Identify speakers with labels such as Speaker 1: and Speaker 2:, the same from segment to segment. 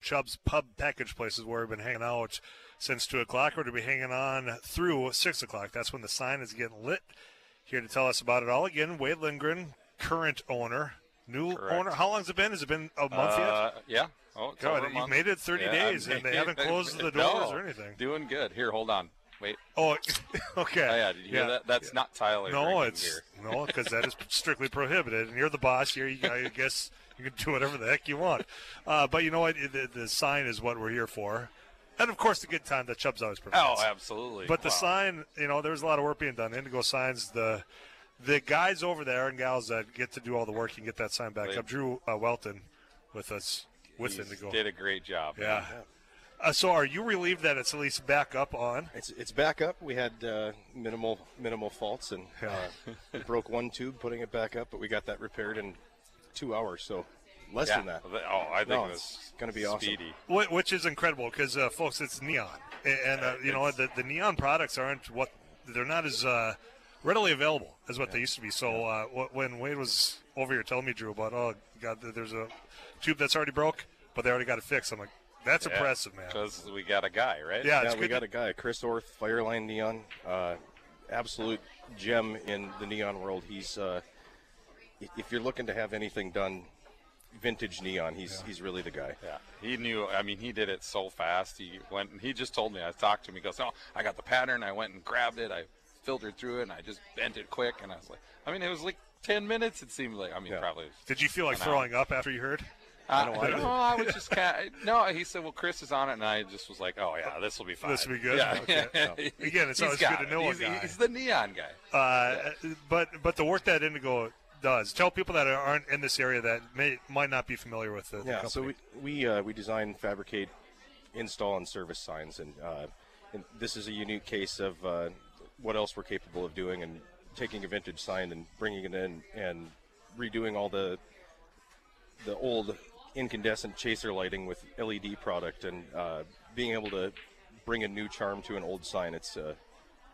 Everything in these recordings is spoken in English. Speaker 1: Chubb's Pub Package Places where we've been hanging out since 2 o'clock. We're to be hanging on through 6 o'clock. That's when the sign is getting lit. Here to tell us about it all again, Wade Lindgren, current owner, new
Speaker 2: Correct.
Speaker 1: owner. How long has it been? Has it been a month yet?
Speaker 2: Uh, yeah. Oh, it's
Speaker 1: God,
Speaker 2: over a
Speaker 1: you've
Speaker 2: month.
Speaker 1: made it 30
Speaker 2: Yeah, I
Speaker 1: days, and they
Speaker 2: made it.
Speaker 1: haven't closed the
Speaker 2: No.
Speaker 1: doors or anything.
Speaker 2: Doing good. Here, hold on. Wait.
Speaker 1: Oh, okay.
Speaker 2: Oh, yeah. Did you hear that? That's not Tyler.
Speaker 1: No,
Speaker 2: drinking
Speaker 1: it's
Speaker 2: beer.
Speaker 1: no, because that is strictly prohibited, and you're the boss here. You, I guess you can do whatever the heck you want. Uh, but you know what? The, the sign is what we're here for, and of course the good time that Chubb's always
Speaker 2: Oh,
Speaker 1: provides.
Speaker 2: absolutely.
Speaker 1: But the
Speaker 2: Wow.
Speaker 1: sign, you know, there's a lot of work being done. Indigo signs the. The guys over there and gals that get to do all the work and get that sign back
Speaker 2: They-
Speaker 1: up. Drew uh, Welton with us with
Speaker 2: He's-
Speaker 1: Indigo.
Speaker 2: did a great job.
Speaker 1: Yeah. Uh, so are you relieved that it's at least back up on?
Speaker 3: It's, it's back up. We had uh, minimal minimal faults and
Speaker 1: Yeah.
Speaker 3: uh, we broke one tube putting it back up, but we got that repaired in two hours, so less than
Speaker 2: Yeah.
Speaker 3: that.
Speaker 2: Oh, I think
Speaker 3: No,
Speaker 2: it was
Speaker 3: it's gonna be awesome.
Speaker 2: speedy.
Speaker 1: Wh- which is incredible because uh, folks it's neon A- and uh, you know the, the neon products aren't what they're not as uh, readily available as what they used to be so uh, wh- when wade was over here telling me drew about oh god th- there's a tube that's already broke but they already got it fixed i'm like that's
Speaker 2: Yeah.
Speaker 1: impressive man
Speaker 2: Because we got a guy, right?
Speaker 1: yeah, it's
Speaker 3: Yeah, we
Speaker 1: good
Speaker 3: got
Speaker 1: to-
Speaker 3: a guy, Chris Orth, Fireline Neon, uh, absolute gem in the neon world. He's uh, i- if you're looking to have anything done, vintage neon, he's he's really the guy.
Speaker 2: Yeah, he knew. I mean, he did it so fast. He went and he just told me. I talked to him. He goes, "Oh, I got the pattern. I went and grabbed it. I filtered through it, and I just bent it quick." And I was like, I mean, it was like ten minutes. It seemed like. I mean,
Speaker 3: Yeah.
Speaker 2: probably.
Speaker 1: did you feel like
Speaker 2: An hour.
Speaker 1: throwing up after you heard
Speaker 2: I
Speaker 3: don't
Speaker 2: don't
Speaker 3: like it.
Speaker 2: Uh, no, I was just kind. Of, no, he said, "Well, Chris is on it," and I just was like, "Oh yeah, this will be fine.
Speaker 1: This will be good?
Speaker 2: Yeah.
Speaker 1: Okay. Again, it's
Speaker 2: He's
Speaker 1: always
Speaker 2: got
Speaker 1: good to
Speaker 2: it.
Speaker 1: know a
Speaker 2: He's,
Speaker 1: guy.
Speaker 2: he's the neon guy.
Speaker 1: Uh, but but the work that indigo does tell people that aren't in this area that may might not be familiar with the, the
Speaker 3: Yeah,
Speaker 1: company.
Speaker 3: so we we, uh, we design, fabricate, install, and service signs, and, uh, and this is a unique case of uh, what else we're capable of doing, and taking a vintage sign and bringing it in and redoing all the the old incandescent chaser lighting with LED product, and uh, being able to bring a new charm to an old sign. It's a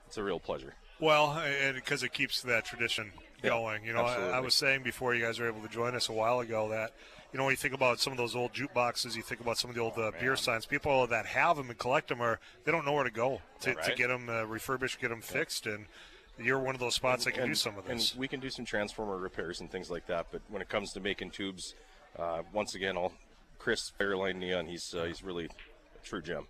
Speaker 3: it's a real pleasure.
Speaker 1: Well, and because it keeps that tradition
Speaker 3: Yeah,
Speaker 1: going. You know, I, I
Speaker 3: absolutely.
Speaker 1: was saying before you guys were able to join us a while ago that, you know, when you think about some of those old jukeboxes, you think about some of the old
Speaker 3: Oh,
Speaker 1: uh, beer signs, people that have them and collect them are, they don't know where to go to,
Speaker 2: Yeah,
Speaker 1: to
Speaker 2: right.
Speaker 1: get them uh, refurbished, get them fixed. And you're one of those spots that can do some of this.
Speaker 3: And we can do some transformer repairs and things like that. But when it comes to making tubes, uh, once again, I'll Chris Fairline Neon. He's uh, he's really a true gem.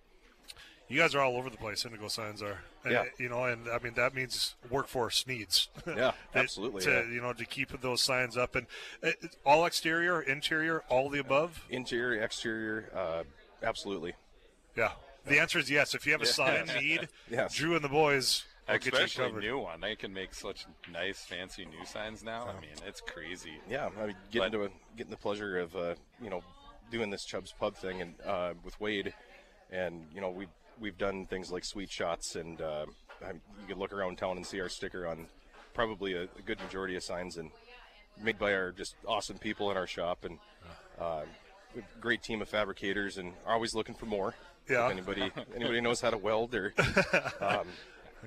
Speaker 1: you guys are all over the place, Indigo signs are. And,
Speaker 3: Yeah.
Speaker 1: uh, You know, and I mean, that means workforce needs.
Speaker 3: Yeah,
Speaker 1: that-
Speaker 3: absolutely.
Speaker 1: To,
Speaker 3: yeah.
Speaker 1: You know, to keep those signs up. And uh, all exterior, interior, all the above.
Speaker 3: Interior, exterior, uh, absolutely.
Speaker 1: Yeah. The answer is yes. If you have a sign need,
Speaker 3: Yes.
Speaker 1: Drew and the boys will get you
Speaker 2: Especially
Speaker 1: covered.
Speaker 2: new one. They can make such nice, fancy new signs now. I mean, it's crazy.
Speaker 3: Yeah, I mean, getting
Speaker 2: But-
Speaker 3: to a, getting the pleasure of uh, you know doing this Chubb's Pub thing and uh, with Wade, and you know we have we've done things like sweet shots and uh, I mean, you can look around town and see our sticker on probably a, a good majority of signs and made by our just awesome people in our shop and uh, we have a great team of fabricators and are always looking for more.
Speaker 1: Yeah.
Speaker 3: If anybody anybody knows how to weld or um,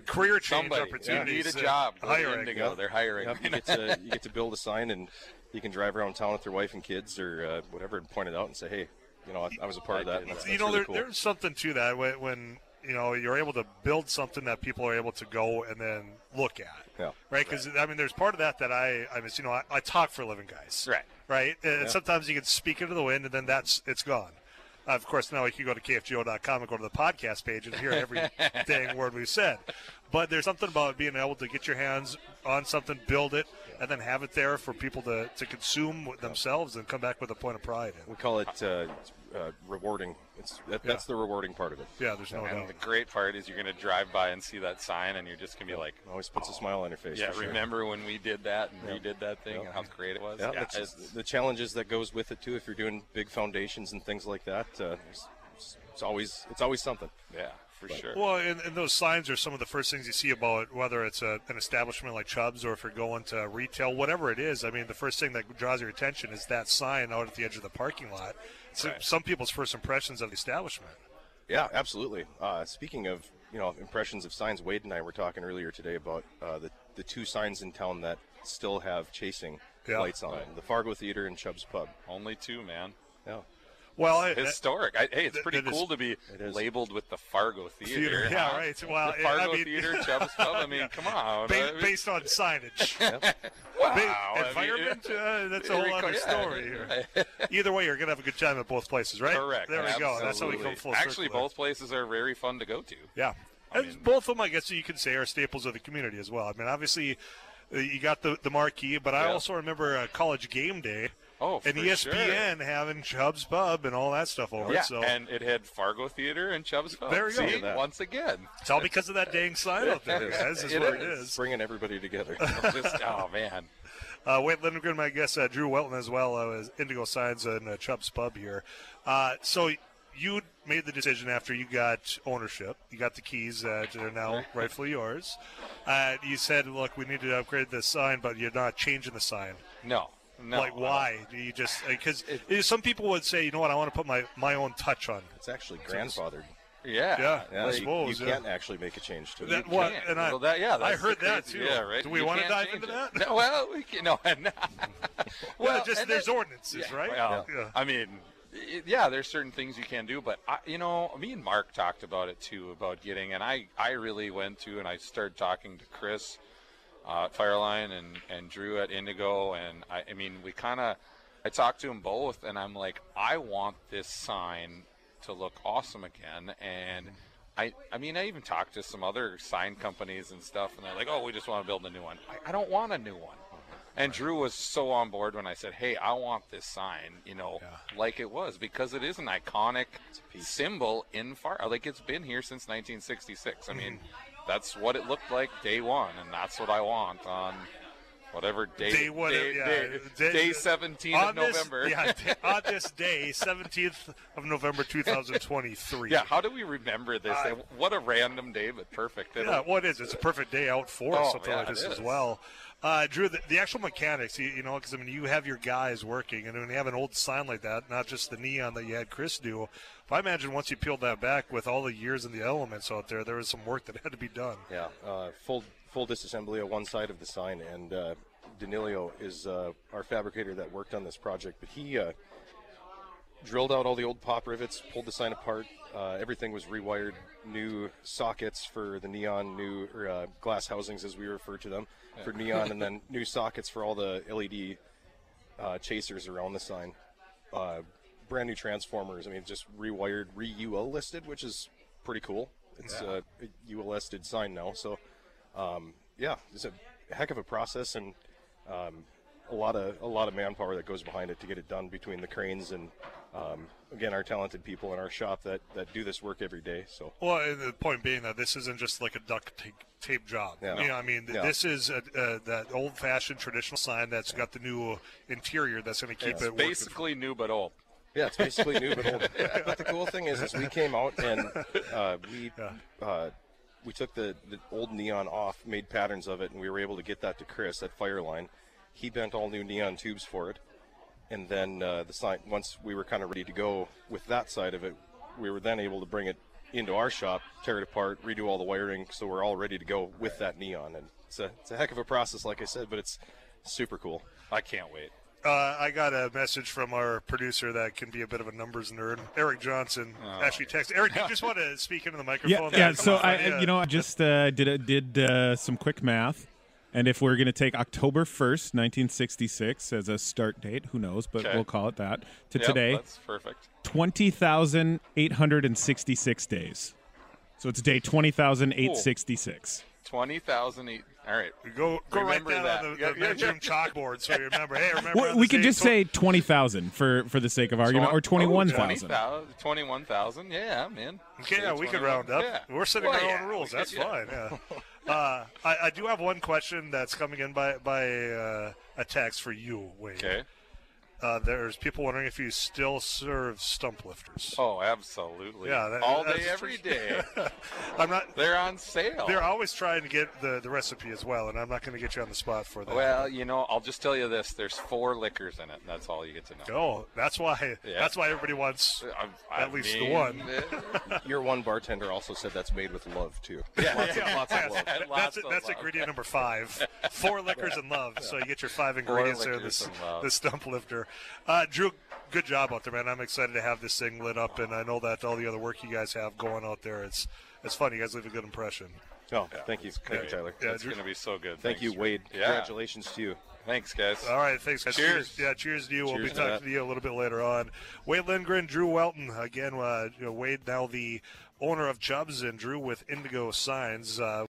Speaker 1: Career change
Speaker 2: Somebody, you
Speaker 1: opportunities.
Speaker 2: need a
Speaker 1: uh,
Speaker 2: job. Go to
Speaker 1: hiring.
Speaker 2: Indigo. They're hiring.
Speaker 3: Yep, you get to you get to build a sign and you can drive around town with your wife and kids or uh, whatever and point it out and say, hey, you know, I, I was a part of that. And that's,
Speaker 1: you
Speaker 3: that's
Speaker 1: know,
Speaker 3: really
Speaker 1: there,
Speaker 3: cool.
Speaker 1: there's something to that when, when you know you're able to build something that people are able to go and then look at.
Speaker 3: Yeah.
Speaker 1: Right? Because I mean, there's part of that that I, I miss. You know, I, I talk for a living, guys.
Speaker 2: Right.
Speaker 1: Right. And sometimes you can speak into the wind, and then that's it's gone. Uh, Of course, now you can go to kfgo.com and go to the podcast page and hear every dang word we've said. But there's something about being able to get your hands on something, build it, and then have it there for people to, to consume themselves and come back with a point of pride. In.
Speaker 3: we call it uh, uh, rewarding. It's that, that's the rewarding part of it.
Speaker 1: Yeah, there's no
Speaker 2: And
Speaker 1: doubt.
Speaker 2: the great part is you're going to drive by and see that sign, and you're just going to be like,
Speaker 3: It
Speaker 1: Oh,
Speaker 3: always puts a smile on your face.
Speaker 2: "Yeah,
Speaker 3: for sure.
Speaker 2: remember when we did that and redid that thing
Speaker 3: Yep.
Speaker 2: and how great it was?"
Speaker 3: Yeah,
Speaker 2: Yeah,
Speaker 3: that's just
Speaker 2: it's-
Speaker 3: the challenges that goes with it too. If you're doing big foundations and things like that, uh, it's, it's always it's always something.
Speaker 2: yeah, for sure.
Speaker 1: Well, and, and those signs are some of the first things you see about whether it's a, an establishment like Chubb's or if you're going to retail, whatever it is. I mean, the first thing that draws your attention is that sign out at the edge of the parking lot. It's
Speaker 2: Right.
Speaker 1: some people's first impressions of the establishment.
Speaker 3: Yeah, absolutely. Uh, speaking of you know impressions of signs, Wade and I were talking earlier today about uh, the the two signs in town that still have chasing
Speaker 1: Yeah.
Speaker 3: lights on them: the Fargo Theater and Chubb's Pub.
Speaker 2: Only two, man.
Speaker 3: Yeah,
Speaker 1: Well, uh, it-
Speaker 2: historic. I, hey, it's
Speaker 1: That-
Speaker 2: pretty
Speaker 1: that is-
Speaker 2: cool to be
Speaker 3: is.
Speaker 2: labeled with the Fargo Theater.
Speaker 1: Theater, yeah,
Speaker 2: huh?
Speaker 1: right. Well,
Speaker 2: the
Speaker 1: I
Speaker 2: Fargo
Speaker 1: mean-
Speaker 2: Theater, Chubb's Pub. I mean,
Speaker 1: Yeah.
Speaker 2: come on. I
Speaker 1: ba-
Speaker 2: mean,
Speaker 1: based on signage. Ba-
Speaker 2: wow. I mean,
Speaker 1: environment, uh, that's a
Speaker 2: it
Speaker 1: whole other
Speaker 2: reco- yeah,
Speaker 1: story. here.
Speaker 2: right.
Speaker 1: Either way, you're gonna have a good time at both places, right?
Speaker 2: Correct.
Speaker 1: uh, There we go. That's how we
Speaker 2: absolutely.
Speaker 1: come full circle.
Speaker 2: Actually,
Speaker 1: there.
Speaker 2: both places are very fun to go to.
Speaker 1: Yeah.
Speaker 2: I
Speaker 1: and
Speaker 2: mean-
Speaker 1: both of them, I guess you could say, are staples of the community as well. I mean, obviously, uh, you got the, the marquee, but I
Speaker 2: Yeah.
Speaker 1: also remember uh, college game day
Speaker 2: Oh,
Speaker 1: and E
Speaker 2: for
Speaker 1: ESPN having Chubb's Pub and all that stuff over
Speaker 2: Sure. Yeah,
Speaker 1: it. So
Speaker 2: and it had Fargo Theater and Chubb's Pub.
Speaker 1: There you go.
Speaker 2: See,
Speaker 3: Look at that.
Speaker 2: once again.
Speaker 1: it's all because of that dang sign up there, guys. Is
Speaker 2: It
Speaker 1: what it
Speaker 2: is.
Speaker 1: is.
Speaker 3: bringing everybody together.
Speaker 2: Just, oh, man.
Speaker 1: Uh, Wade Lindgren, I guess uh, Drew Welton as well uh, as Indigo Signs and uh, Chubb's Pub here. Uh, so you made the decision after you got ownership. You got the keys that are now rightfully yours. Uh, you said, "Look, we need to upgrade this sign, but you're not changing the sign.
Speaker 2: No. No.
Speaker 1: like,
Speaker 2: no.
Speaker 1: why? Do you just because
Speaker 2: It-
Speaker 1: some people would say, you know what, I want to put my my own touch on."
Speaker 3: It's actually grandfathered.
Speaker 2: Yeah.
Speaker 1: Yeah.
Speaker 3: Yeah,
Speaker 1: I
Speaker 3: you,
Speaker 1: suppose,
Speaker 3: you
Speaker 1: yeah.
Speaker 3: can't actually make a change to it.
Speaker 1: That-
Speaker 3: You
Speaker 1: what-
Speaker 2: Can't.
Speaker 1: and I-
Speaker 2: well, that, yeah,
Speaker 1: I
Speaker 2: that's the
Speaker 1: heard that,
Speaker 2: crazy-
Speaker 1: too.
Speaker 2: Yeah, right.
Speaker 1: Do we
Speaker 2: You
Speaker 1: wanna
Speaker 2: can't
Speaker 1: dive
Speaker 2: change
Speaker 1: into
Speaker 2: it.
Speaker 1: that?
Speaker 2: No, well, we can, no. no.
Speaker 1: Well, just
Speaker 2: and
Speaker 1: there's
Speaker 2: that-
Speaker 1: ordinances, right?
Speaker 2: Well,
Speaker 1: Yeah.
Speaker 2: I mean, y- yeah, there's certain things you can do, but I, you know, me and Mark talked about it too about getting, and I, I really went to and I started talking to Chris uh, at Fireline and and Drew at Indigo, and I, I mean, we kind of, I talked to them both, and I'm like, I want this sign to look awesome again, and. I, I mean, I even talked to some other sign companies and stuff, and they're like, oh, we just want to build a new one. I, I don't want a new one. And Drew was so on board when I said, "Hey, I want this sign," you know, like it was because it is an iconic
Speaker 3: piece.
Speaker 2: symbol in far. Like it's been here since 1966. I mean,
Speaker 1: Mm-hmm.
Speaker 2: that's what it looked like day one, and that's what I want on whatever day
Speaker 1: Day one,
Speaker 2: day,
Speaker 1: yeah,
Speaker 2: day,
Speaker 1: day-
Speaker 2: day 17 of November.
Speaker 1: This, yeah, d- on this day, 17th of November 2023.
Speaker 2: Yeah, How do we remember this?
Speaker 1: I-
Speaker 2: what a random day, but perfect. It'll-
Speaker 1: Yeah, what is it? It's a perfect day out for
Speaker 2: Oh,
Speaker 1: something
Speaker 2: yeah,
Speaker 1: like this
Speaker 2: it
Speaker 1: as
Speaker 2: is.
Speaker 1: well. Uh, Drew, the, the actual mechanics, you, you know, because I mean, you have your guys working, and when you have an old sign like that, not just the neon that you had Chris do. But I imagine once you peeled that back with all the years and the elements out there, there was some work that had to be done.
Speaker 3: Yeah, uh, full full disassembly on one side of the sign, and uh, Danilio is uh, our fabricator that worked on this project. But he uh, drilled out all the old pop rivets, pulled the sign apart. Uh, everything was rewired, new sockets for the neon, new or, uh, glass housings as we refer to them for neon, and then new sockets for all the LED uh, chasers around the sign. Uh, brand new transformers. I mean, just rewired, re UL listed, which is pretty cool. It's uh a UL listed sign now. So, um, yeah, it's a heck of a process and um, a lot of a lot of manpower that goes behind it to get it done between the cranes and um, again our talented people in our shop that that do this work every day. So.
Speaker 1: Well, and the point being that this isn't just like a duct tape, tape job.
Speaker 3: Yeah.
Speaker 1: You know, I mean, th-
Speaker 3: Yeah.
Speaker 1: this is a, uh, that old-fashioned traditional sign that's got the new interior that's going to keep it working.
Speaker 2: basically new but old.
Speaker 3: Yeah, it's basically new but old. But the cool thing is, is we came out and uh, we uh, we took the, the old neon off, made patterns of it, and we were able to get that to Chris at Fireline. He bent all new neon tubes for it, and then uh, the sign. Once we were kind of ready to go with that side of it, we were then able to bring it into our shop, tear it apart, redo all the wiring, so we're all ready to go with that neon. And it's a it's a heck of a process, like I said, but it's super cool.
Speaker 2: I can't wait.
Speaker 1: Uh, I got a message from our producer that can be a bit of a numbers nerd, Eric Johnson.
Speaker 3: Oh.
Speaker 1: actually, text Eric. Do you just want to speak into the microphone?
Speaker 4: Yeah, yeah. So I, you know, I just uh, did a, did uh, some quick math, and if we're going to take October first, nineteen sixty six, as a start date, who knows? But
Speaker 2: Okay.
Speaker 4: we'll call it that. To
Speaker 2: Yep,
Speaker 4: today,
Speaker 2: that's perfect.
Speaker 4: twenty thousand eight hundred and sixty six days. So it's day twenty thousand eight sixty six.
Speaker 2: Twenty thousand eight. All right.
Speaker 1: go go write
Speaker 2: Remember
Speaker 1: that,
Speaker 2: that.
Speaker 1: on the,
Speaker 2: Yeah,
Speaker 1: the
Speaker 2: yeah, yeah.
Speaker 1: bedroom chalkboard so you remember. Hey, remember?
Speaker 4: Well,
Speaker 1: on
Speaker 4: we
Speaker 1: this
Speaker 4: could
Speaker 1: day,
Speaker 4: just say twenty thousand for for the sake of
Speaker 1: Oh,
Speaker 4: argument, or oh, twenty one thousand.
Speaker 2: 21,000. Yeah, man.
Speaker 1: Okay, yeah, we could
Speaker 2: 21.
Speaker 1: round up.
Speaker 2: Yeah.
Speaker 1: We're setting
Speaker 2: Well,
Speaker 1: our
Speaker 2: yeah,
Speaker 1: own rules.
Speaker 2: we
Speaker 1: That's
Speaker 2: could, yeah.
Speaker 1: fine. Yeah. uh, I, I do have one question that's coming in by by uh, a text for you, Wade.
Speaker 2: Okay.
Speaker 1: Uh, there's people wondering if you still serve stump lifters.
Speaker 2: Oh, absolutely.
Speaker 1: Yeah, that-
Speaker 2: all day,
Speaker 1: that's-
Speaker 2: every day. Oh.
Speaker 1: I'm not.
Speaker 2: They're on sale.
Speaker 1: They're always trying to get the, the recipe as well, and I'm not going to get you on the spot for that.
Speaker 2: well, you know, I'll just tell you this: there's four liquors in it. That's all you get to know.
Speaker 1: Oh, that's why.
Speaker 2: Yeah.
Speaker 1: That's why everybody wants.
Speaker 2: I,
Speaker 1: At least the one.
Speaker 3: Your one bartender also said that's made with love too.
Speaker 2: Yeah, yeah, lots of
Speaker 1: Yes,
Speaker 2: love.
Speaker 1: that-
Speaker 2: Lots
Speaker 1: that's
Speaker 2: of
Speaker 1: that's
Speaker 2: love.
Speaker 1: ingredient number five. Four liquors and love. So you get your five ingredients there.
Speaker 2: liquors
Speaker 1: This
Speaker 2: and love.
Speaker 1: the stump lifter. sure. Uh, Drew, good job out there, man. I'm excited to have this thing lit up, and I know that all the other work you guys have going out there, it's it's fun. You guys leave a good impression.
Speaker 3: Oh, thank you, thank you,
Speaker 2: Great.
Speaker 3: Tyler.
Speaker 1: Yeah,
Speaker 2: That's
Speaker 1: Drew-
Speaker 2: going to be so good.
Speaker 3: Thank
Speaker 2: Thanks,
Speaker 3: you,
Speaker 2: Drew.
Speaker 3: Wade.
Speaker 2: Yeah.
Speaker 3: Congratulations to you.
Speaker 2: Thanks, guys.
Speaker 1: All right, thanks. guys.
Speaker 2: Cheers.
Speaker 1: Yeah, cheers to you. we'll be
Speaker 3: Cheers to
Speaker 1: talking
Speaker 3: that.
Speaker 1: to you a little bit later on. Wade Lindgren, Drew Welton. Again, uh, you know, Wade now the owner of Chubbs and Drew with Indigo Signs. Uh,